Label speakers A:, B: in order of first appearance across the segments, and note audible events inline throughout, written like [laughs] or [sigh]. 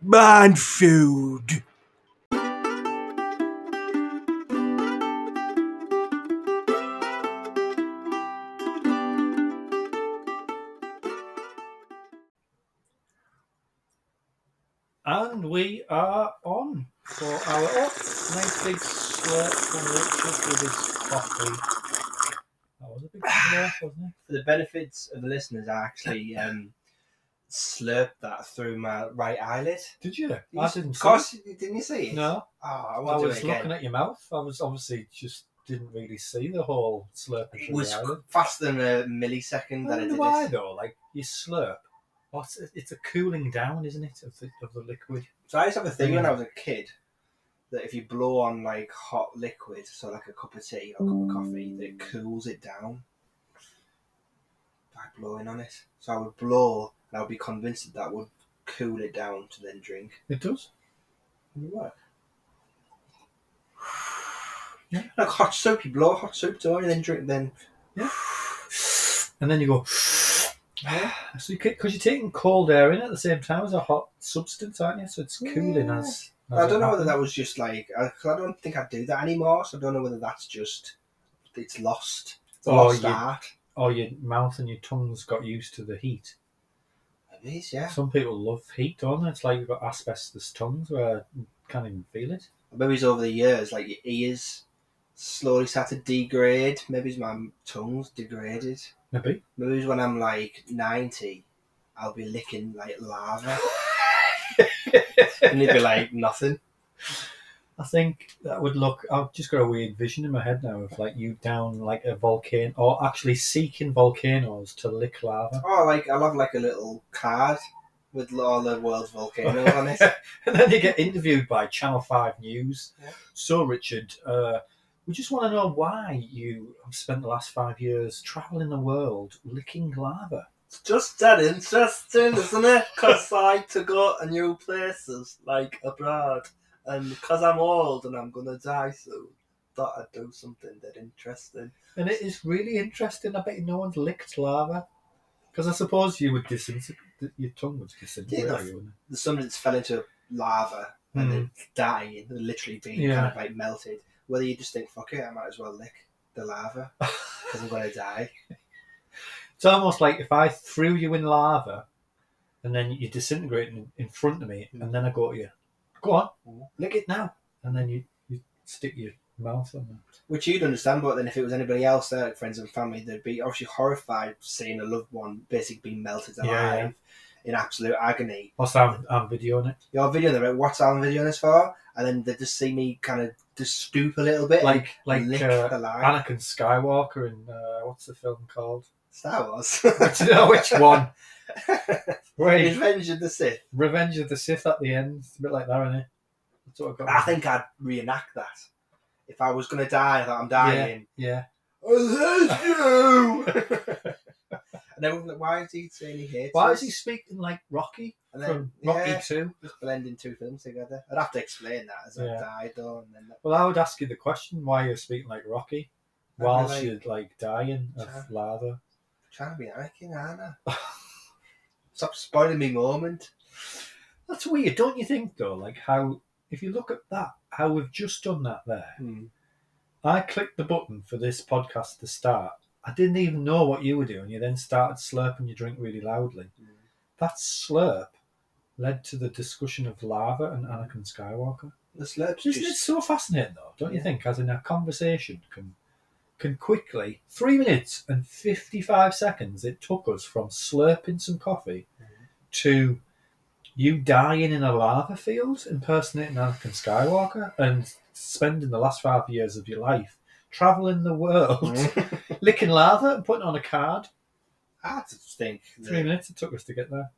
A: Man food.
B: And we are on for our oh, nice big slurp from Richard with his coffee. That was a
C: [sighs]
B: big slurp, wasn't it?
C: For the benefits of the listeners, I
B: [laughs]
C: actually um, slurped that through my right eyelid.
B: Did you?
C: You
B: I
C: s-
B: didn't
C: Of
B: see
C: course, you- didn't you see
B: it.
C: it?
B: No,
C: Oh, I
B: I
C: won't do
B: was
C: it again.
B: looking at your mouth. I was obviously just didn't really see the whole slurping
C: It
B: through
C: was
B: the eyelid.
C: faster than a
B: I
C: millisecond that I
B: wonder
C: did
B: why
C: it.
B: though. Like you slurp, what's it's a cooling down, isn't it, of the of the liquid?
C: So I used to have a thing when I was a kid that if you blow on like hot liquid, so like a cup of tea or a cup of coffee, that it cools it down by blowing on it. So I would blow, and I would be convinced that that would cool it down to then drink.
B: It does.
C: And it [sighs] worked.
B: Yeah.
C: Like hot soup, you blow hot soup to it and then drink. Then
B: And then you go. [sighs] So you because you're taking cold air in at the same time as a hot substance, aren't you? So it's cooling
C: Yeah.
B: as. as
C: I
B: it
C: don't know whether
B: happens.
C: that was just like I, 'cause I don't think I do that anymore. So I don't know whether that's just it's lost, it's
B: Oh,
C: lost
B: you-
C: art.
B: or your mouth and your tongue's got used to the heat.
C: Maybe it's, yeah.
B: Some people love heat, don't they? It's like you've got asbestos tongues where you can't even feel it.
C: Maybe it's over the years, like your ears slowly start to degrade. Maybe it's my tongue's degraded.
B: Maybe.
C: Maybe it's when I'm like 90, I'll be licking like
B: [laughs]
C: lava. and it'd be like nothing.
B: I think that would look. I've just got a weird vision in my head now of like you down like a volcano, or actually seeking volcanoes to lick lava,
C: Oh, like I'll have like a little card with all the world's volcanoes
B: [laughs]
C: on it.
B: and then you get interviewed by Channel Five News.
C: Yeah.
B: So Richard, uh, we just want to know why you have spent the last five years traveling the world licking lava.
C: It's just that interesting, isn't it? Because I like to go to new places, like abroad. And because I'm old and I'm going to die soon, thought I'd do something that interesting.
B: And it is really interesting. I bet you no one's licked lava. Because I suppose you would disintegrate, your tongue would disintegrate,
C: Yeah,
B: wouldn't it?
C: the sun that's fell into lava and
B: Hmm.
C: it's dying, and literally being
B: Yeah.
C: kind of like melted. Whether you just think, fuck it, I might as well lick the lava because I'm going to die.
B: [laughs] It's almost like if I threw you in lava and then you disintegrate in, in front of me, and then I go to you, go on,
C: Mhm.
B: lick it now. And then you, you stick your mouth on it.
C: Which you'd understand, but then if it was anybody else there, like friends and family, they'd be obviously horrified seeing a loved one basically being melted
B: Yeah,
C: alive in absolute agony.
B: Whilst I'm, I'm videoing it.
C: Your video, they're like, what's Alan videoing this for? And then they just see me kind of just stoop a little bit
B: Like,
C: and
B: like
C: lick
B: uh,
C: the lava.
B: Anakin Skywalker in, uh, what's the film called? [laughs]
C: Star Wars. [laughs]
B: Do you know which one? Wait.
C: Revenge of the Sith.
B: Revenge of the Sith at the end. It's a bit like that, isn't it? That's what I got.
C: I think I'd reenact that. If I was going to die, that I'm dying.
B: Yeah.
C: I hate you! [laughs] and everyone's like, why is he saying he hates
B: Why
C: us?
B: is he speaking like Rocky
C: And
B: from
C: then,
B: Rocky
C: yeah,
B: Two?
C: just blending two films together. I'd have to explain that as
B: Yeah.
C: I died, though. And then
B: Well, I would ask you the question: Why you're speaking like Rocky
C: I'd be
B: whilst
C: like-
B: you're like dying of
C: Yeah.
B: lava?
C: trying to be Anakin, aren't I? Stop spoiling me moment.
B: That's weird, don't you think? Though, like how if you look at that, how we've just done that there. I clicked the button for this podcast to start. I didn't even know what you were doing. You then started slurping your drink really loudly.
C: Mm.
B: That slurp led to the discussion of lava and Anakin Skywalker.
C: The slurp's
B: Isn't it
C: just...
B: so fascinating, though? Don't you
C: Yeah.
B: think? As in, a conversation can can quickly three minutes and fifty five seconds it took us from slurping some coffee to you dying in a lava field, impersonating Anakin Skywalker, and spending the last five years of your life traveling the world,
C: [laughs] Mm-hmm.
B: [laughs] licking lava and putting on a card.
C: I had to think. that-
B: Three minutes it took us to get there.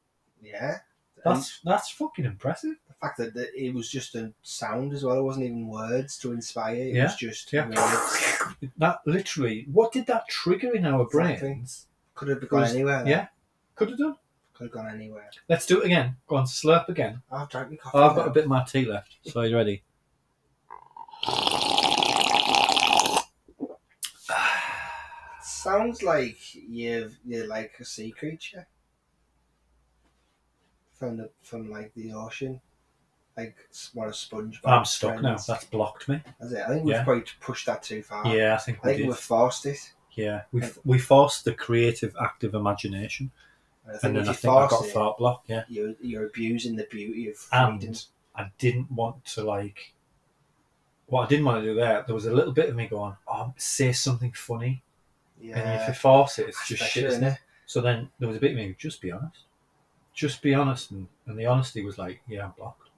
C: Yeah. And
B: That's that's fucking impressive.
C: the fact that, that it was just a sound as well. It wasn't even words to inspire. It
B: Yeah.
C: was just
B: Yeah.
C: words.
B: That literally, what did that trigger in our brains?
C: Exactly. Could have gone
B: Was-
C: anywhere.
B: yeah. Could have done.
C: Could have gone anywhere.
B: Let's do it again. Go on, slurp again.
C: [laughs] I've drank my coffee.
B: Oh, I've got
C: now.
B: a bit of my tea left, so are you ready? [sighs]
C: Sounds like you've, you're like a sea creature from the from like the ocean. like s- what a sponge.
B: I'm stuck now.
C: That's
B: That's blocked me.
C: it. I think we've
B: Yeah.
C: probably pushed that too far.
B: Yeah, I think
C: Uh, I
B: we
C: think
B: did.
C: we've forced it.
B: Yeah, we we forced the creative act of imagination,
C: And I think
B: and
C: if
B: then I
C: you
B: think I
C: force
B: got
C: it,
B: thought block. Yeah,
C: you're, you're abusing the beauty of freedom.
B: and I didn't want to like. What I didn't want to do there, there was a little bit of me going, "Oh, say something funny," and if you
C: yeah,
B: force it, it's just
C: special,
B: shit, isn't
C: isn't
B: it?
C: it?
B: So then there was a bit of me, just be honest. Just be honest. And, and the honesty was like, yeah, I'm blocked.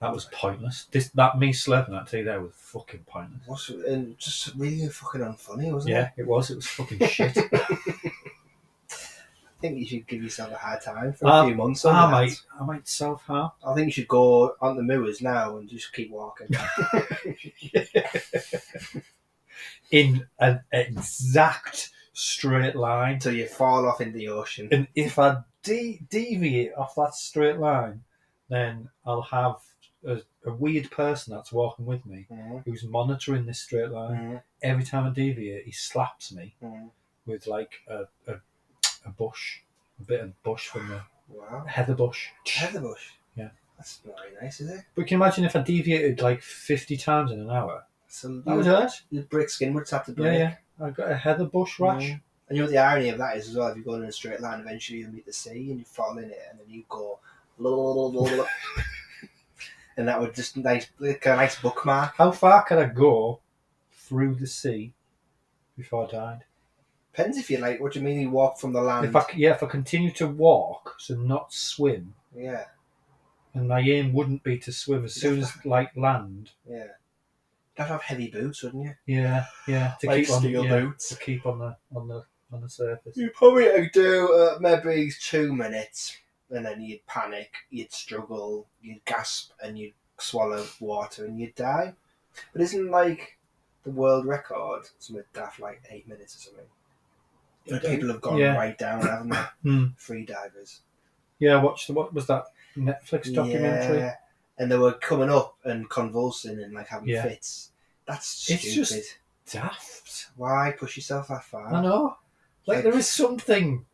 B: That was pointless. This That me slapping that tea there was fucking pointless.
C: What's, and just really fucking unfunny, wasn't
B: Yeah,
C: it?
B: it was. It was
C: [laughs]
B: fucking shit.
C: I think you should give yourself a hard time for
B: Um,
C: a few months.
B: So
C: On
B: I
C: that.
B: might, I might self harm.
C: I think you should go on the moors now and just keep walking.
B: In an exact straight line.
C: until you fall off in the ocean.
B: And if I de- deviate off that straight line, then I'll have a, a weird person that's walking with me
C: Mhm,
B: who's monitoring this straight line.
C: mhm,
B: every time I deviate, he slaps me
C: mhm.
B: with like a, a, a bush, a bit of bush from the
C: Wow.
B: heather bush.
C: Heather bush.
B: Yeah.
C: That's not very nice, is it?
B: But can you imagine if I deviated like 50 times in an hour?
C: So
B: That would
C: you,
B: hurt.
C: you break skin would have to
B: Yeah,
C: break.
B: yeah. I got a heather bush rash.
C: Mhm. And you know what the irony of that is as well, if you go in a straight line, eventually you'll meet the sea and you fall in it and then you go la, la, la, la,
B: [laughs]
C: la, la. and that would just nice like a nice bookmark.
B: How far could I go through the sea before I died?
C: Depends if you like what do you mean you walk from the land.
B: If I, c- yeah, if I continue to walk, so not swim,
C: Yeah,
B: and my aim wouldn't be to swim as soon as like land.
C: yeah. You'd have to have heavy boots, wouldn't you?
B: Yeah, yeah. To
C: like
B: keep on,
C: steel
B: yeah,
C: boots.
B: to keep on the on the on the surface.
C: You probably could do uh, maybe two minutes, and then you'd panic, you'd struggle, you'd gasp, and you'd swallow water, and you'd die. But isn't like the world record something daft like eight minutes or something? And
B: Okay.
C: people have gone
B: Yeah.
C: right down, haven't they?
B: [coughs] Hmm.
C: Free divers.
B: Yeah, I watched the, what was that Netflix documentary?
C: Yeah. And they were coming up and convulsing and like having
B: Yeah.
C: fits. That's stupid.
B: It's just- Daft.
C: Why push yourself that far?
B: I know. Like
C: Like-
B: there is something.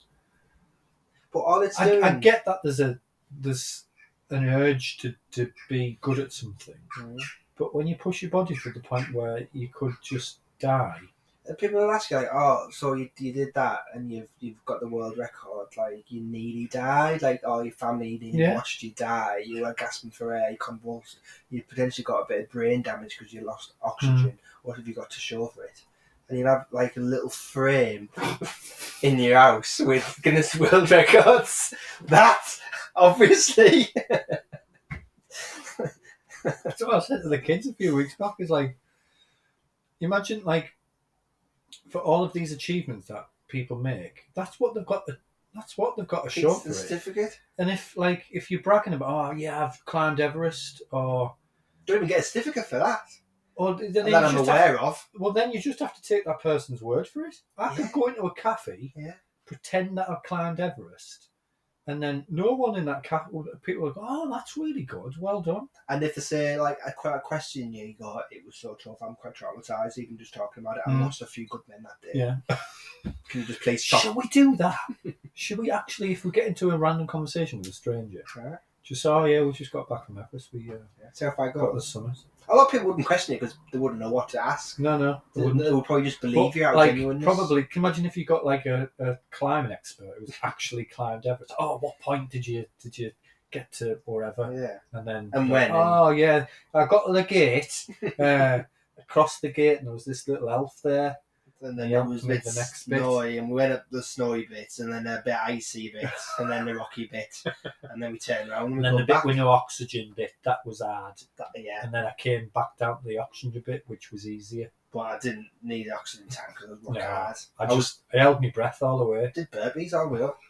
C: But all it's
B: I,
C: doing.
B: I get that there's a there's an urge to to be good at something,
C: Mhm.
B: but when you push your body to the point where you could just die, [laughs]
C: And uh, people will ask you like, "Oh, so you, you did that, and you've you've got the world record. Like you nearly died. Like all your family nearly
B: Yeah.
C: watched you die. You were gasping for air. You convulsed. You potentially got a bit of brain damage because you lost
B: Mm.
C: oxygen. What have you got to show for it?" And you have like a little frame in your house with Guinness [laughs] World Records. That obviously.
B: That's what I said to the kids a few weeks back. Is like, imagine like, for all of these achievements that people make, that's what they've got. To, that's what they've got to show
C: It's
B: for
C: the
B: it.
C: certificate.
B: And if like if you're bragging about, oh yeah, I've climbed Everest, or
C: Don't even get a certificate for that.
B: or th- then you
C: that I'm
B: just have,
C: aware of.
B: well then you just have to take that person's word for it. I
C: Yeah.
B: could go into a cafe,
C: Yeah.
B: pretend that I've climbed Everest, and then no one in that cafe people would go, oh that's really good, well done.
C: And if they say like a, que- a question you got, it was so tough. I'm quite traumatized even just talking about it. I
B: Mm.
C: lost a few good men that day.
B: Yeah.
C: [laughs] Can you just please
B: Shall
C: stop?
B: we do that? [laughs] Should we actually, if we get into a random conversation with a stranger,
C: Right.
B: just oh yeah, we just got back from Everest, we uh,
C: Yeah. So if I
B: got the
C: go,
B: summit.
C: a lot of people wouldn't question it because they wouldn't know what to ask.
B: No, no, I
C: They,
B: wouldn't.
C: they would probably just believe
B: But,
C: you out of
B: like,
C: genuineness.
B: Probably. Can you imagine if you got like a, a climbing expert who's actually climbed Everest? Oh, what point did you did you get to wherever?
C: Yeah.
B: And then
C: And when?
B: Oh yeah, I got to the gate. Uh, across the gate, and there was this little elf there.
C: And then
B: Yeah,
C: there was
B: maybe
C: bits
B: the next bit.
C: snowy, and we went up the snowy bits, and then a bit icy bits, and then the rocky
B: [laughs]
C: bit, and then we turned around and we
B: And then
C: go
B: the
C: back.
B: bit with no oxygen bit that was hard.
C: That- yeah,
B: And then I came back down to the oxygen bit, which was easier.
C: but I didn't need an oxygen tank because it was rock
B: No.
C: hard.
B: I
C: I
B: just
C: was-
B: I held my breath all the way
C: did burpees all the way up.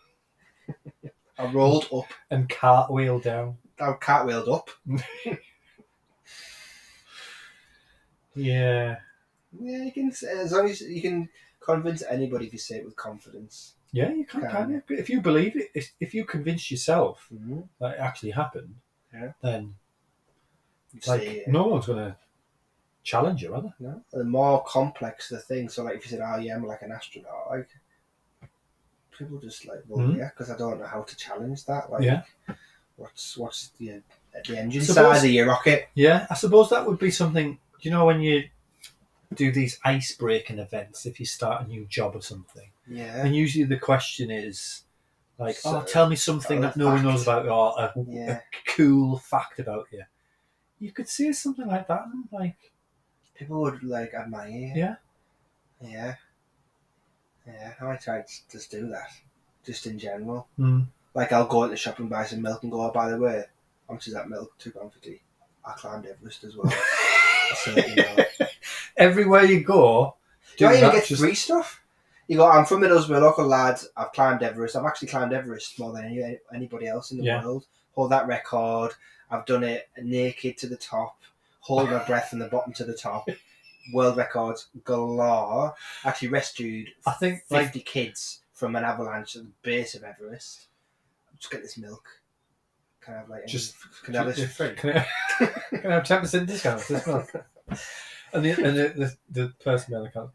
C: I rolled up,
B: and cartwheeled down.
C: I cartwheeled up.
B: Yeah,
C: Yeah, you can say- as long as you can convince anybody if you say it with confidence.
B: yeah, you can,
C: Can.
B: can you? If you believe it, if, if you convince yourself
C: Mm-hmm.
B: that it actually happened,
C: Yeah.
B: then
C: You
B: like
C: say it.
B: no one's gonna challenge you, are they?
C: No? The more complex the thing, so like if you said, "Oh yeah, I'm like an astronaut," like people just like, "Well, yeah,
B: Mhm.
C: 'cause yeah," because I don't know how to challenge that. Like,
B: Yeah.
C: what's what's the at the engine
B: Suppose-
C: size of your rocket.
B: Yeah, I suppose that would be something. You know, when you do these ice breaking events, if you start a new job or something,
C: Yeah.
B: and usually the question is like, "Oh,
C: So,
B: tell me something
C: uh,
B: that no one knows
C: fact.
B: about you, or a,
C: Yeah.
B: a cool fact about you." You could say something like that, and like,
C: People would like admire you.
B: Yeah.
C: Yeah. Yeah. I might try to just do that. Just in general.
B: mm,
C: Like I'll go at the shop and buy some milk and go, oh by the way, how much is that milk? Two pound fifty. I climbed Everest as well. so, you know.
B: [laughs] everywhere you go, do
C: Do I even
B: that.
C: get
B: Just,
C: free stuff? You go, I'm from Middlesbrough, local lad. I've climbed Everest. I've actually climbed Everest more than any, anybody else in the
B: Yeah.
C: world. Hold that record. I've done it naked to the top. Hold my breath from the bottom to the
B: [laughs]
C: top. World records galore. Actually rescued
B: I think,
C: 50
B: like,
C: kids from an avalanche at the base of Everest. Just get this milk. Can I have like any-
B: Just-
C: can I have this for free?
B: Can I, [laughs] can I have ten percent discount? off This month? and the and the, the, the person behind the counter,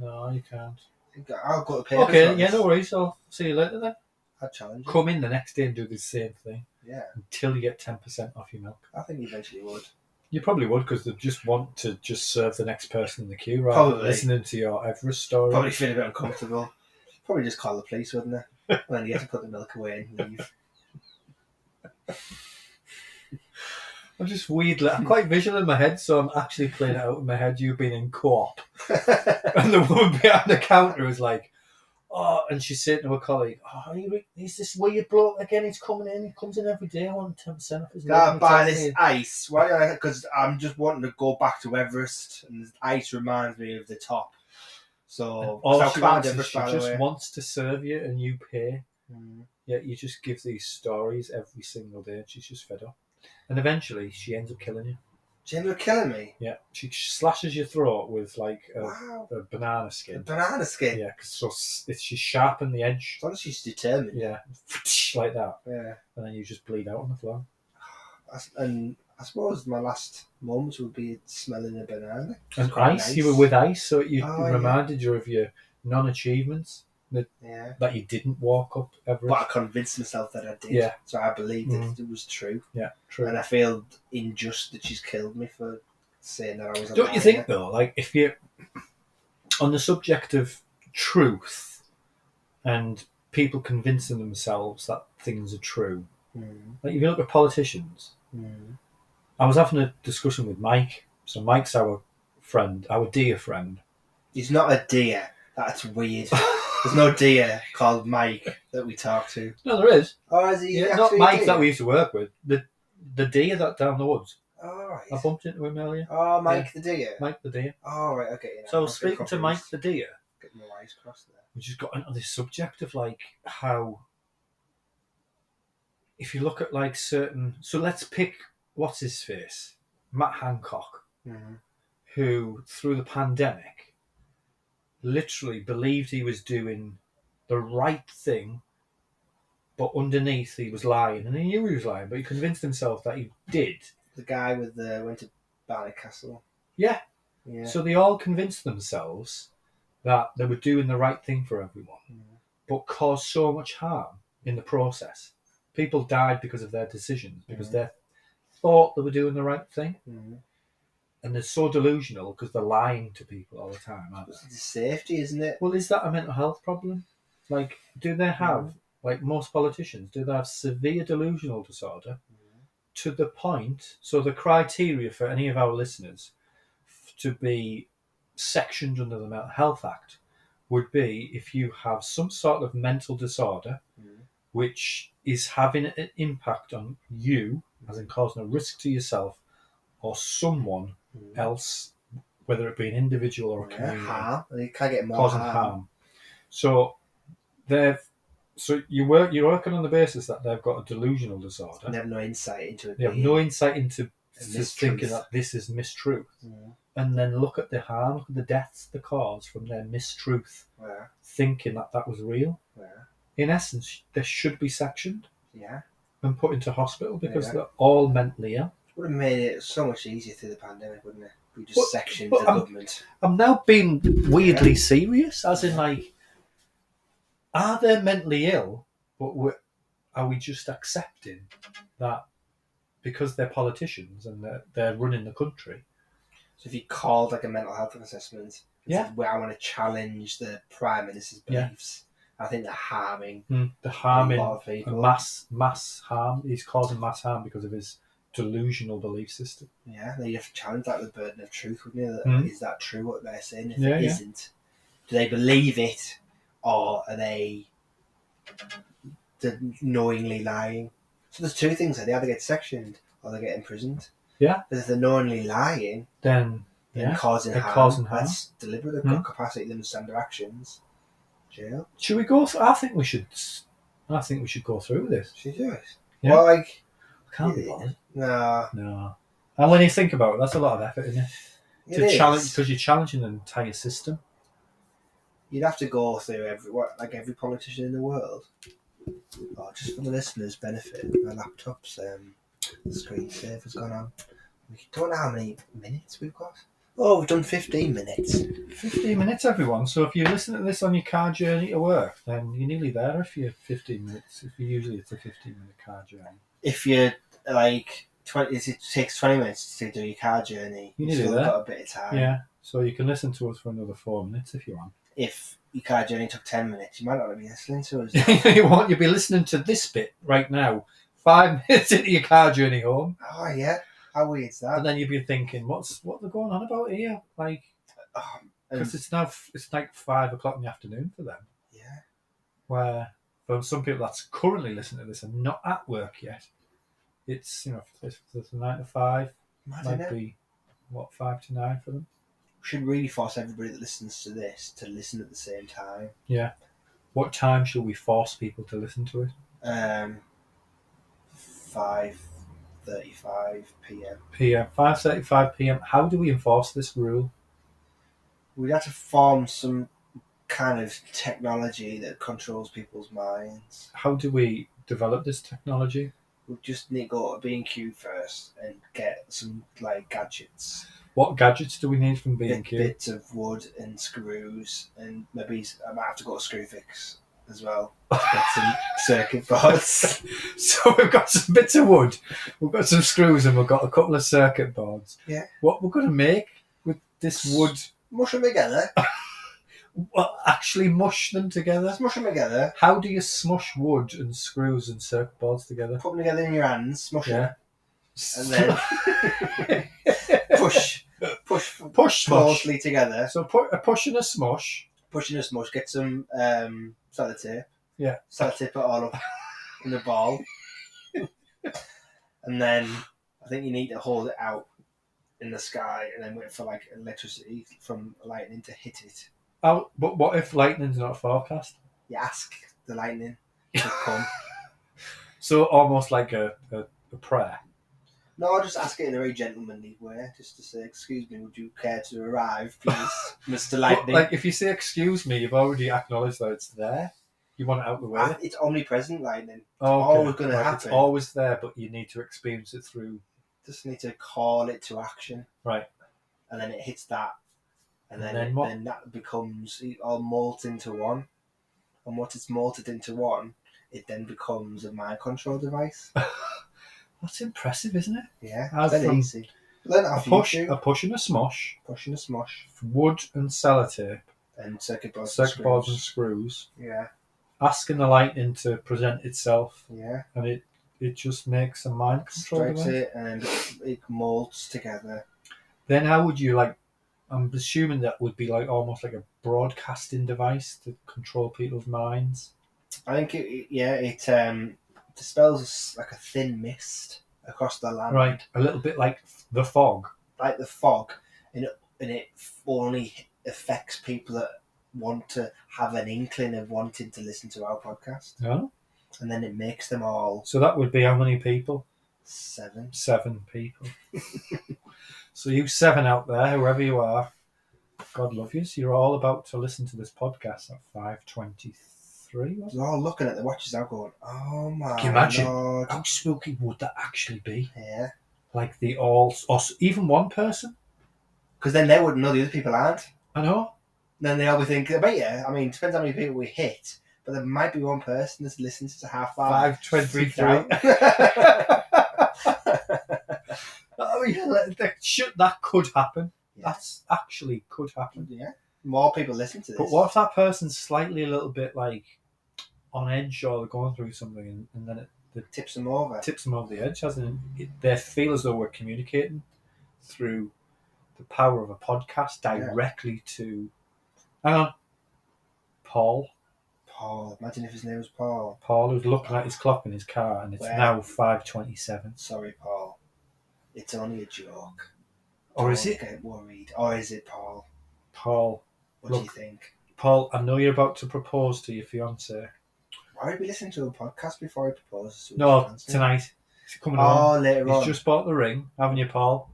B: no, you can't.
C: [laughs] I'll go to pay.
B: Okay, yeah, no worries. I'll see you later then.
C: I'll challenge you.
B: Come in the next day and do the same thing
C: Yeah,
B: until you get ten percent off your milk.
C: I think you eventually would.
B: You probably would because they just want to just serve the next person in the queue rather
C: Probably.
B: than listening to your Everest story.
C: Probably feel a bit uncomfortable. Probably just call the police, wouldn't it?
B: [laughs]
C: And then you have to put the milk away and leave.
B: I'm just weirdly, I'm
C: [laughs]
B: quite visual in my head, so I'm actually playing it out in my head. You've been in co-op, and the woman behind the counter is like, "Oh," and she's saying to her colleague, "Oh, are you, he's this weird bloke again. He's coming in. He comes in every day. I want ten percent off his
C: Gotta
B: milk."
C: buy this ice. Why? Because I'm just wanting to go back to Everest, and this ice reminds me of the top. So,
B: All
C: 'cause I
B: "Oh, she
C: climbed
B: wants is
C: Everest,
B: she
C: by the way.
B: just wants to serve you, and you pay.
C: Mm.
B: Yeah, you just give these stories every single day, and she's just fed up. And eventually, she ends up killing you.
C: She ended up killing me.
B: Yeah, she slashes your throat with like a,
C: Wow.
B: a banana
C: The
B: skin.
C: banana skin.
B: Oh, Yeah, 'cause so s- if she sharpened the edge,
C: As long as she's determined.
B: yeah, [laughs] like that,
C: Yeah.
B: and then you just bleed out on the floor.
C: I s and I suppose my last moments would be smelling a banana.
B: And
C: quite
B: ice,
C: nice.
B: you were with ice, so you
C: Oh,
B: it reminded you of your non-achievements
C: Yeah.
B: that you didn't walk up Everest.
C: But I convinced myself that I did.
B: Yeah. Mm.
C: So I believed that it was true.
B: True.
C: and I feel unjust that she's killed me for saying that I was. a
B: Don't you
C: liar.
B: think though? Like if you on the subject of truth and people convincing themselves that things are true.
C: Mm,
B: Like if you look at politicians,
C: mm,
B: I was having a discussion with Mike. So Mike's our friend, our dear
C: [laughs]
B: friend.
C: He's not a deer. That's weird. There's no deer called Mike that we talk to.
B: No, there is.
C: Oh, is he?
B: Yeah, not
C: actually a
B: Mike
C: deer?
B: that we used to work with. The the deer that down the woods.
C: All Oh, right.
B: I bumped into him earlier.
C: Oh, Mike the deer.
B: Mike the deer.
C: All right. Okay. yeah,
B: So I
C: I'm
B: was speaking to
C: confused.
B: Mike the deer.
C: Getting my eyes crossed there.
B: we just got into this subject of like how if you look at like certain so let's pick what's his face matt hancock
C: Mhm.
B: who through the pandemic literally believed he was doing the right thing but underneath he was lying and he knew he was lying but he convinced himself that he did
C: The guy with the went to Barnet Castle.
B: Yeah.
C: Yeah.
B: so they all convinced themselves that they were doing the right thing for everyone
C: Mm.
B: but caused so much harm in the process. People died because of their decisions, because
C: Mhm.
B: they thought they were doing the right thing.
C: Mm.
B: And they're so delusional because they're lying to people all the time, aren't they?
C: It's the safety, isn't it?
B: Well, is that a mental health problem? Like, do they have, like most politicians, do they have severe delusional disorder to the point? So, the criteria for any of our listeners f- to be sectioned under the Mental Health Act would be if you have some sort of mental disorder
C: Mm.
B: which is having an impact on you, as in causing a risk to yourself or someone
C: Mm.
B: else, whether it be an individual or a
C: Yeah,
B: community,
C: harm. You can't get more
B: causing
C: harm.
B: harm. So they've so you work you're working on the basis that they've got a delusional disorder.
C: They have no insight into it.
B: They have
C: being-
B: no insight into
C: A
B: just
C: mistruth.
B: thinking that this is mistruth.
C: Mm.
B: And then look at the harm, look at the deaths the cause from their mistruth,
C: Well,
B: thinking that that was real.
C: well,
B: In essence, they should be sectioned.
C: yeah.
B: and put into hospital because
C: Yeah.
B: they're all mentally ill.
C: Would have made it so much easier through the pandemic, wouldn't it? We just
B: But-
C: sectioned
B: but
C: the
B: I'm-
C: government.
B: I'm now being weirdly serious, as in like, are they mentally ill? But we're, are we just accepting that because they're politicians and they're, they're running the country.
C: So if you called like a mental health assessment, and
B: Yeah.
C: said, well, I want to challenge the prime minister's
B: Yeah.
C: beliefs. I think they're harming
B: The
C: a
B: harming,
C: lot of people.
B: mass mass harm. He's causing mass harm because of his delusional belief system.
C: Yeah, then you have to challenge that with the burden of truth, wouldn't you? That-
B: Mm.
C: Is that true what they're saying? If
B: Yeah,
C: it
B: yeah.
C: not do they believe it, or are they they're knowingly lying? So there's two things: there. they either get sectioned or they get imprisoned.
B: Yeah.
C: but if they're knowingly lying,
B: Then
C: then
B: yeah,
C: causing
B: they're
C: harm,
B: causing harm. Hmm.
C: that's deliberate. They've got capacity to understand their actions. Jail.
B: should we go? Th- I think we should. s- I think we should go through with this.
C: She do it.
B: Yeah.
C: Well, like
B: I can't be
C: Yeah.
B: bothered.
C: no,
B: No. And when you think about it, that's a lot of effort, isn't it?
C: it
B: to
C: is.
B: challenge because you're challenging the entire system.
C: You'd have to go through every what, like every politician in the world. Oh, just for the listeners' benefit, my laptop's um, screensaver's gone on. We don't know how many minutes we've got. Oh, we've done fifteen minutes.
B: 15 minutes, everyone. So if you listen to this on your car journey to work, then you're nearly there if you're 15 minutes. If you usually it's a 15 minute car journey.
C: If you're like twenty, it takes twenty minutes to do your car journey.
B: You
C: you've
B: need to do
C: still
B: that.
C: got a bit of time.
B: yeah. So you can listen to us for another four minutes if you want. [laughs]
C: If your car journey took ten minutes, you might not be listening
B: [laughs]
C: to us.
B: you want you'll be listening to this bit right now, five [laughs] minutes into your car journey home,
C: oh yeah, how weird is
B: and
C: that?
B: then you'll be thinking, "What's what they're going on about here?" Like
C: Oh, and-
B: because it's now f- it's like five o'clock in the afternoon for them.
C: yeah,
B: where for some people that's currently listening to this and not at work yet, it's you know it's, it's nine to five
C: mad,
B: might
C: innit?
B: be what five to nine for them.
C: should really force everybody that listens to this to listen at the same time.
B: What time should we force people to listen to it?
C: Um, five thirty-five p.m.
B: PM five thirty five PM. How do we enforce this rule?
C: We'd have to form some kind of technology that controls people's minds.
B: How do we develop this technology?
C: We'd just need to go to B and Q first and get some like gadgets,
B: What gadgets do we need from B and
C: bit,
B: Q?
C: bits of wood and screws, and maybe s- I might have to go to Screwfix as well. Get some circuit boards.
B: [laughs]
C: [laughs]
B: So we've got some bits of wood, we've got some screws, and we've got a couple of circuit boards.
C: Yeah.
B: What we're gonna make with this wood?
C: Mush them together.
B: Well, actually, mush them together.
C: Let's mush them together.
B: How do you smush wood and screws and circuit boards together?
C: Put them together in your hands. Smush them.
B: Yeah.
C: and then push, push
B: [laughs] push smush.
C: closely together.
B: So pu- a push and a smush.
C: Pushing us much. Get some um, sellotape.
B: Yeah.
C: sellotape it all up in the
B: [laughs]
C: ball, and then I think you need to hold it out in the sky, and then wait for like electricity from lightning to hit it.
B: Oh, but what if lightning's not forecast?
C: You ask the lightning
B: [laughs]
C: to come.
B: So almost like a, a, a
C: [laughs]
B: prayer.
C: No, just ask it in a very gentlemanly way, just to say, "Excuse me, would you care to arrive, please,
B: [laughs]
C: Mister
B: But,
C: Lightning?"
B: like if you say excuse me, you've already acknowledged that it's there. You want it out the way.
C: Ah, it's omnipresent lightning.
B: Oh,
C: always gonna
B: It's
C: happen.
B: always there, but you need to experience it through.
C: just need to call it to action.
B: Right.
C: And then it hits that, and then
B: And
C: then,
B: then what?
C: that becomes it all molted into one. And what it's molted into one, it then becomes a mind
B: [laughs]
C: control device.
B: That's impressive, isn't it?
C: Yeah,
B: How
C: it's that
B: from-
C: easy. Learn it
B: A
C: off
B: push,
C: YouTube.
B: a push and a smush,
C: Push and a smush
B: wood and sellotape,
C: and circuit boards. and
B: circuit boards and
C: screws.
B: screws,
C: Yeah,
B: asking the lightning to present itself
C: yeah.
B: and it it just makes a mind control
C: Strikes
B: device.
C: it and it, it molds together.
B: Then how would you like? I'm assuming that would be like almost like a broadcasting device to control people's minds.
C: I think it, it- yeah, it um dispels like a thin mist across the land.
B: Right, a little bit like the fog.
C: like the fog, and it, and it only affects people that want to have an inkling of wanting to listen to our podcast,
B: No,
C: and then it makes them all
B: so that would be how many people?
C: seven.
B: Seven
C: [laughs]
B: people. so you seven out there, whoever you are, God love you. So you're all about to listen to this podcast at five twenty-three.
C: They're all looking at the watches now, going, "Oh my
B: Can you imagine?
C: lord!"
B: How spooky would that actually be?
C: Yeah,
B: Like the all, or s- even one person.
C: because then they wouldn't know the other people aren't.
B: I know.
C: Then they all be thinking, "But yeah, I mean, depends how many people we hit." But there might be one person that's listening to half hour.
B: Five twenty-three.
C: freaked out.
B: [laughs] should Oh, that could happen.
C: [laughs]
B: [laughs]
C: Yeah.
B: That's actually could happen.
C: yeah. More people listen to this.
B: But what if that person's slightly a little bit like on edge or they're going through something and, and then it
C: tips them over?
B: tips them over the edge, hasn't it? it? They feel as though we're communicating through the power of a podcast
C: Yeah.
B: directly to. Hang on. Paul.
C: Paul. Imagine if his name was Paul.
B: Paul, who's looking at his clock in his car and it's
C: Wow.
B: now 5.27.
C: Sorry, Paul. It's only a joke.
B: Or is
C: Don't
B: it
C: Get worried. Or is it Paul?
B: Paul?
C: What do you
B: Look.
C: think?
B: Paul, I know you're about to propose to your fiance.
C: Why would we listen to a podcast before he proposes? To his
B: No,
C: fiancée?
B: tonight. He's coming
C: Oh,
B: on.
C: later on.
B: He's
C: [gasps]
B: just bought the ring, haven't you, Paul?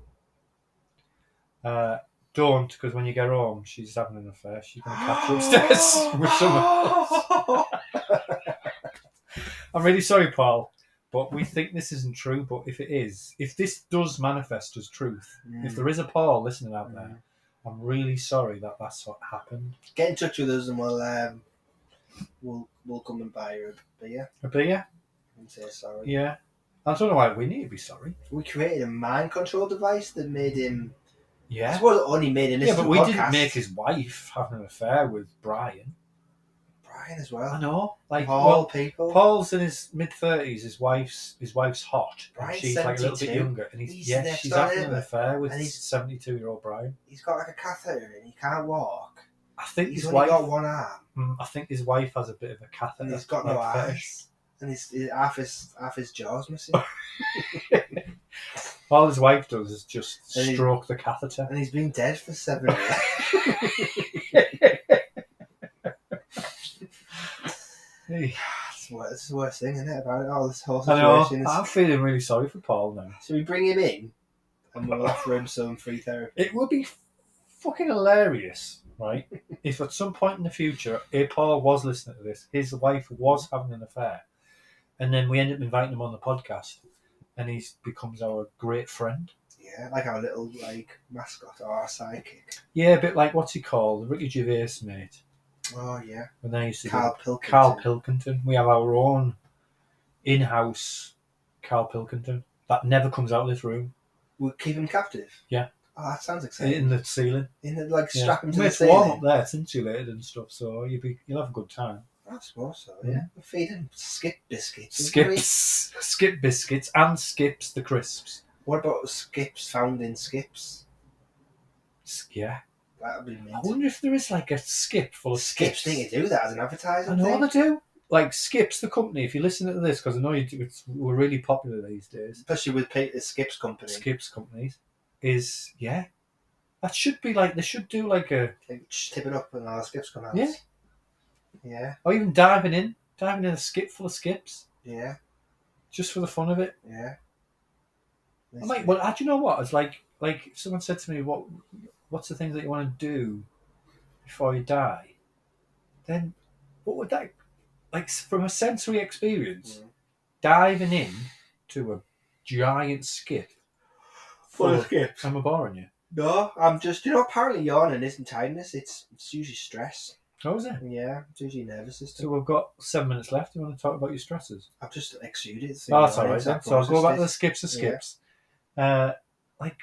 B: Uh, don't, because when you get home, she's having an affair. She's going to catch [laughs]
C: [gasps]
B: you upstairs with someone. [laughs] I'm really sorry, Paul, but we think this isn't true. But if it is, if this does manifest as truth,
C: Mm. Hmm.
B: if there is a Paul listening out there, I'm really sorry that that's what happened.
C: Get in touch with us and we'll um, we'll we'll come and buy you a beer
B: But yeah,
C: and say sorry.
B: yeah. I don't know why we need to be sorry.
C: We created a mind control device that made him. I
B: Yeah.
C: suppose it only made him.
B: Yeah,
C: listen
B: but
C: to
B: we
C: podcasts.
B: didn't make his wife having an affair with Brian.
C: Brian as
B: I
C: well.
B: know. Like
C: Paul
B: well,
C: people.
B: Paul's in his mid thirties, his wife's his wife's hot. And
C: Brian's
B: she's like a little bit
C: 72.
B: younger and he's,
C: He's
B: yeah,
C: next
B: she's
C: door
B: having an
C: neighbour.
B: affair with
C: And he's-
B: seventy two year old Brian.
C: He's got like a catheter and he can't walk.
B: I think
C: He's
B: his
C: only
B: wife
C: got one arm
B: Mm, I think his wife has a bit of a catheter.
C: and he's got no
B: like, fetish.
C: eyes. And his, his half his half his
B: [laughs]
C: jaws missing,
B: All his wife does is just
C: And he-
B: stroke the catheter.
C: and he's been dead for seven years.
B: Hey.
C: That's the worst, that's the worst thing, isn't it? About it all this whole
B: I
C: situation.
B: know.
C: Is,
B: I'm feeling really sorry for Paul now.
C: so we bring him in,
B: [laughs]
C: and we'll offer him some free therapy.
B: It would be fucking hilarious, right? if at some point in the future, if Paul was listening to this, his wife was having an affair, and then we end up inviting him on the podcast, and he becomes our great friend.
C: Yeah, like our little like mascot or our sidekick.
B: Yeah, a bit like what's he called, Ricky Gervais mate.
C: Oh yeah,
B: When they used to do
C: Carl Pilkington.
B: Carl Pilkington. We have our own in-house Carl Pilkington that never comes out of this room
C: We'll keep him captive.
B: Yeah.
C: Oh, that sounds exciting.
B: in the ceiling.
C: In the, like
B: Yeah.
C: strap him to
B: Well,
C: the
B: it's warm up
C: ceiling.
B: there, it's insulated and stuff, so you'll be you'll have a good time.
C: I suppose so.
B: Yeah.
C: Yeah. We'll feed him skip biscuits. isn't we?
B: Skips, skip biscuits, and skips the crisps.
C: What about skips found in skips?
B: S- Yeah,
C: That'd be mint.
B: I wonder if there is like a skip full of
C: Skips
B: skips.
C: need to do that as an advertising
B: I know
C: thing.
B: they do. Like skips the company. If you listen to this, because I know you do, it's we're really popular these days.
C: Especially with Pe- the Skips company.
B: Skips companies is yeah. That should be like they should do like a
C: Like, shh, tip it up and all the skips come out.
B: Yeah.
C: Yeah,
B: Or even diving in, diving in a skip full of skips,
C: yeah,
B: just for the fun of it.
C: yeah.
B: I'm like, well, uh, do you know what? It's like, like if someone said to me, "What, what's the things that you want to do before you die?" Then, what would that, like, s- from a sensory experience,
C: Mm.
B: diving in to a giant skip?
C: Full
B: full
C: of skips.
B: Am I boring you?
C: No, I'm just, you know, apparently yawning isn't tiredness, it's, it's usually stress.
B: How is it?
C: Yeah, it's usually nervous system.
B: So we've got seven minutes left. You want to talk about your stresses?
C: I've just exuded. so
B: Oh, that's
C: yawning,
B: all right.
C: so
B: Then.
C: I've
B: So I'll go back to the
C: processed
B: skips. The
C: Yeah.
B: skips. Uh, like,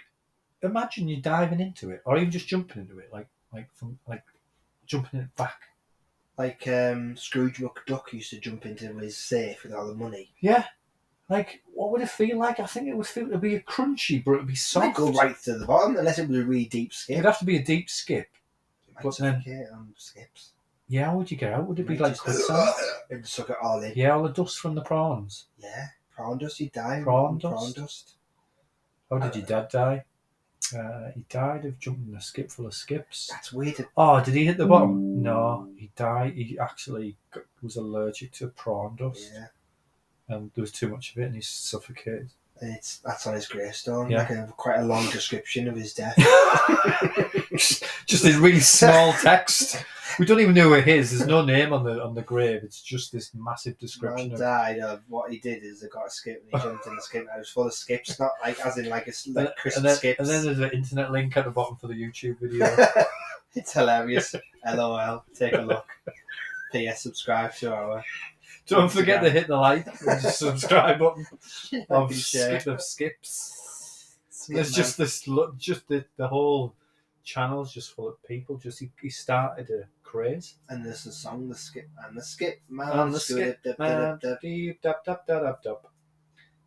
B: imagine you diving into it, or even just jumping into it, like, like from like jumping it back.
C: it. Like um, Scrooge McDuck used to jump into his safe with all the money.
B: Yeah. Like, what would it feel like? I think it would feel it'd be a crunchy, but it'd be
C: So I'd
B: soft.
C: go right to the bottom, unless it was a really deep
B: It'd
C: skip.
B: have to be a deep skip.
C: Might
B: but then-
C: suffocate on skips.
B: Yeah, how would you get out? Would it be
C: Might
B: like
C: just- [laughs]
B: quicksand?
C: It'd suck it all in.
B: Yeah, all the dust from the prawns.
C: Yeah, prawn dust. You die.
B: Prawn
C: with Prawn
B: dust.
C: dust.
B: How Oh, did your dad die? Uh, he died of jumping a skip full of skips.
C: That's weird.
B: Oh, did he hit the bottom? No, he died. He actually got, was allergic to prawn dust,
C: Yeah,
B: and there was too much of it, and he suffocated. [laughs]
C: and it's that's on his gravestone.
B: Yeah.
C: Like a, quite a long description of his death.
B: just this really small text. We don't even know who it is. There's no name on the on the grave. It's just this massive [laughs] description
C: Man
B: of
C: died of what he did is they got a skip and he jumped in the skip and it was full of skips, not like as in like a s- like crisp
B: and, then,
C: skips. [laughs]
B: and then there's an internet link at the bottom for the YouTube video. [laughs]
C: it's hilarious. [laughs] LOL. Take a look. [laughs] P.S. Subscribe to our
B: Don't forget to hit the like and subscribe button
C: and
B: of
C: share.
B: skip of skips.
C: basket.
B: There's
C: man.
B: just this, lo- just the, the whole channel's just full of people. Just he, he started a craze.
C: and there's the song, the skip and the skip man,
B: And Oh, the skip
C: Dip, dip,
B: Man,
C: dip, dip,
B: deep, dup, dup, da, dup, dup.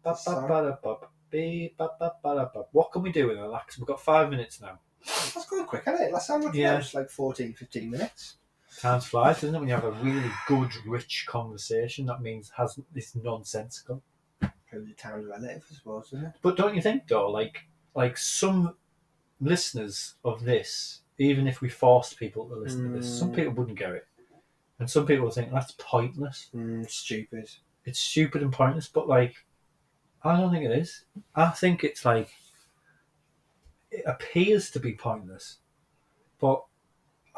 B: Ba, ba, ba, da, bup. Bee, ba, ba, ba, da, bup. What can we do in the lax? We've got five minutes now.
C: dip. That's going quick, isn't it? Last time we did
B: Yeah.
C: it was like 14, 15 minutes.
B: Time flies, doesn't it? When you have a really good, rich conversation, that means has it's nonsensical.
C: Probably town's relative, I suppose, isn't it?
B: But don't you think though, like like some listeners of this, even if we forced people to listen to this, some
C: Mm.
B: people wouldn't get it. And some people would think that's pointless.
C: Mm, stupid.
B: it's Hmm, stupid and pointless, but like, I don't think it is. I think it's like, it appears to be pointless, but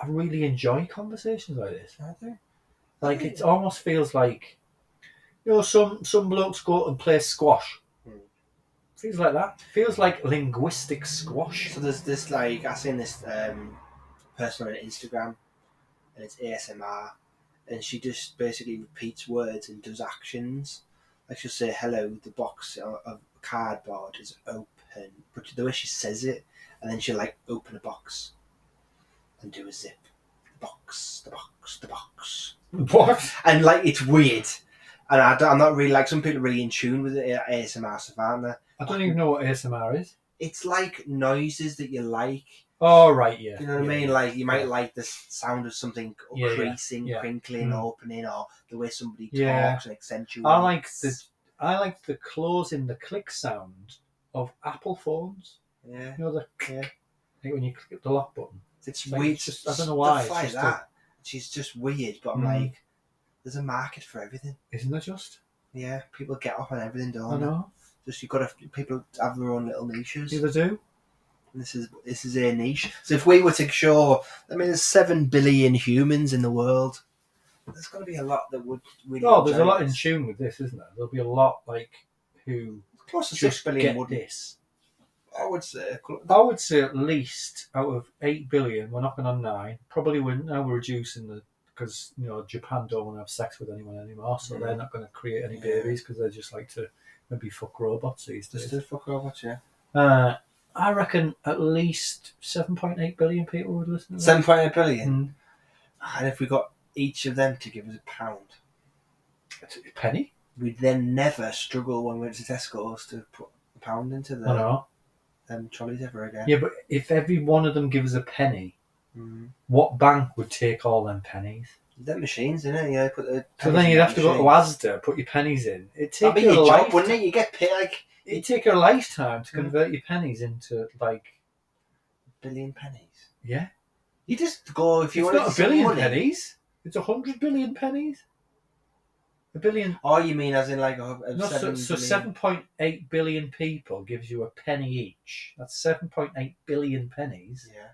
B: I really enjoy conversations like this.
C: I think.
B: Like, it almost feels like, you know, some some blokes go out and play squash.
C: Hmm.
B: Feels like that. Feels like linguistic squash. [laughs]
C: So there's this like I seen this um, person on Instagram, and it's ASMR, and she just basically repeats words and does actions. Like she'll say, "Hello, the box o- of cardboard is open," but the way she says it, and then she'll like open a box, and do a zip, the box, the box, the box,
B: What?
C: and like it's weird. And I don't, I'm not really like some people are really in tune with the ASMR stuff, aren't they?
B: I don't even know what ASMR is.
C: It's like noises that you like.
B: Oh right, yeah.
C: You know what
B: yeah,
C: I mean?
B: yeah.
C: Like you might
B: Yeah.
C: like the sound of something
B: Yeah, yeah,
C: creasing,
B: yeah.
C: crinkling,
B: Mm.
C: opening, or the way somebody
B: Yeah.
C: talks and accentuates.
B: I like the I like the closing the click sound of Apple phones.
C: Yeah,
B: You know the
C: Yeah.
B: like when you click the lock button.
C: it's
B: Like,
C: weird.
B: it's just- I don't know
C: stuff
B: why, it's
C: like
B: just a-
C: that. She's just weird, but I'm
B: Mm.
C: like, there's a market for everything.
B: Isn't that just?
C: Yeah, people get off on everything,
B: I
C: don't they?
B: know.
C: Just you got to people have their own little niches.
B: Either do.
C: And This is this is a niche. So if we were to show, I mean, there's seven billion humans in the world. There's got to be a lot that would really.
B: Oh, there's a
C: enjoy
B: lot in
C: this.
B: tune with this, isn't there? There'll be a lot like who
C: Close to six
B: just
C: billion
B: get
C: would
B: this.
C: I would say.
B: I would say at least out of eight billion, we're knocking on nine. Probably we're now we're reducing the because you know Japan don't want to have sex with anyone anymore, so
C: Mm.
B: they're not going to create any
C: Yeah.
B: babies because they just like to maybe fuck robots these days.
C: Just a fuck over, yeah.
B: Uh, I reckon at least 7.8 billion people would listen to that.
C: Seven point eight billion.
B: Mm.
C: And if we got each of them to give us a pound,
B: It's a penny?
C: we'd then never struggle when we went to Tesco's to put a pound into
B: I
C: the
B: know.
C: them trolleys ever again.
B: Yeah, but if every one of them gives a penny,
C: Mm.
B: what bank would take all them pennies?
C: Them machines, innit? Yeah, put the.
B: So then you'd have to go to Asda, put your pennies in. It'd take,
C: That'd be
B: you a
C: your job,
B: life-
C: wouldn't it? You get paid like
B: it'd take you a lifetime to
C: Mm.
B: convert your pennies into, like,
C: a billion pennies.
B: yeah.
C: You just go if you
B: it's
C: want
B: not a billion pennies. It's a hundred billion pennies. A billion.
C: Oh, you mean as in like a, a
B: No, so,
C: seven
B: so
C: billion-
B: 7.8 billion people gives you a penny each. That's 7.8 billion pennies.
C: Yeah.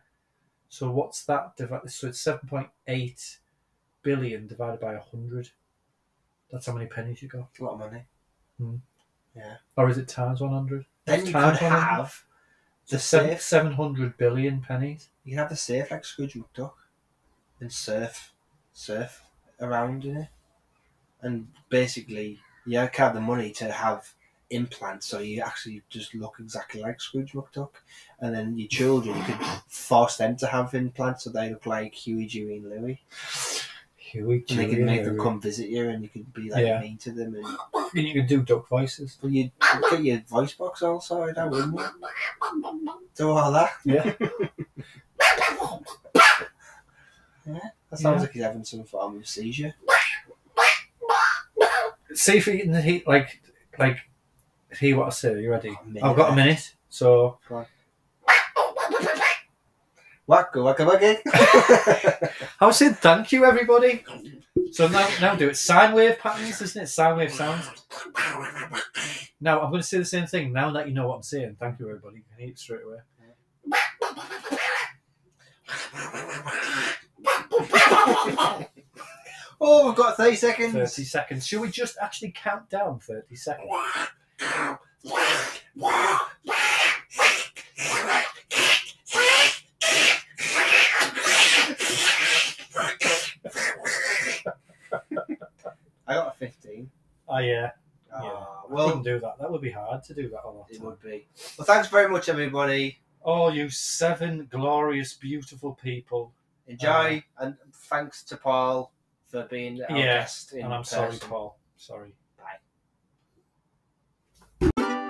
B: So what's that divided? So it's seven point eight billion divided by hundred. That's how many pennies you got,
C: It's a lot of money.
B: or is it times one hundred?
C: Then you could
B: times one hundred.
C: have the
B: Seven
C: safe
B: seven hundred billion pennies.
C: You can have the surf like Scrooge McDuck and surf, surf around in it. And basically, you can have the money to have implants so you actually just look exactly like Scrooge McDuck. And then your children, you could force them to have implants so they look like Huey, Dewey, and Louie.
B: Huey,
C: And they
B: Dewey,
C: could make them
B: Louie.
C: come visit you and you could be like
B: Yeah.
C: mean to them. And,
B: And you can do duck voices.
C: but you'd get your voice box all sorted out, wouldn't you? Do all that.
B: Yeah.
C: That sounds
B: Yeah.
C: like he's having some form of seizure.
B: [laughs] See if you can he like like hear what I say. Are you ready?
C: Got a minute
B: I've got a
C: left.
B: minute. So
C: Wacko, wacko,
B: [laughs]
C: wacko.
B: I was saying thank you, everybody. So now now do it. Sine wave patterns, isn't it? Sine wave sounds. Now I'm going to say the same thing. Now that you know what I'm saying, thank you, everybody. You can eat straight away.
C: oh, we've got 30 seconds.
B: 30 seconds. Should we just actually count down 30 seconds?
C: I got a 15.
B: Oh, yeah.
C: Ah,
B: Yeah.
C: well
B: Couldn't uh, couldn't do that. That would be hard to do that a lot.
C: Ah, It would be. Well, thanks very much, everybody.
B: Oh, you seven glorious, beautiful people.
C: Enjoy, and thanks to Paul for being our
B: Uh, Yeah,
C: guest. In
B: and I'm sorry,
C: person.
B: Paul. Sorry.
C: Bye.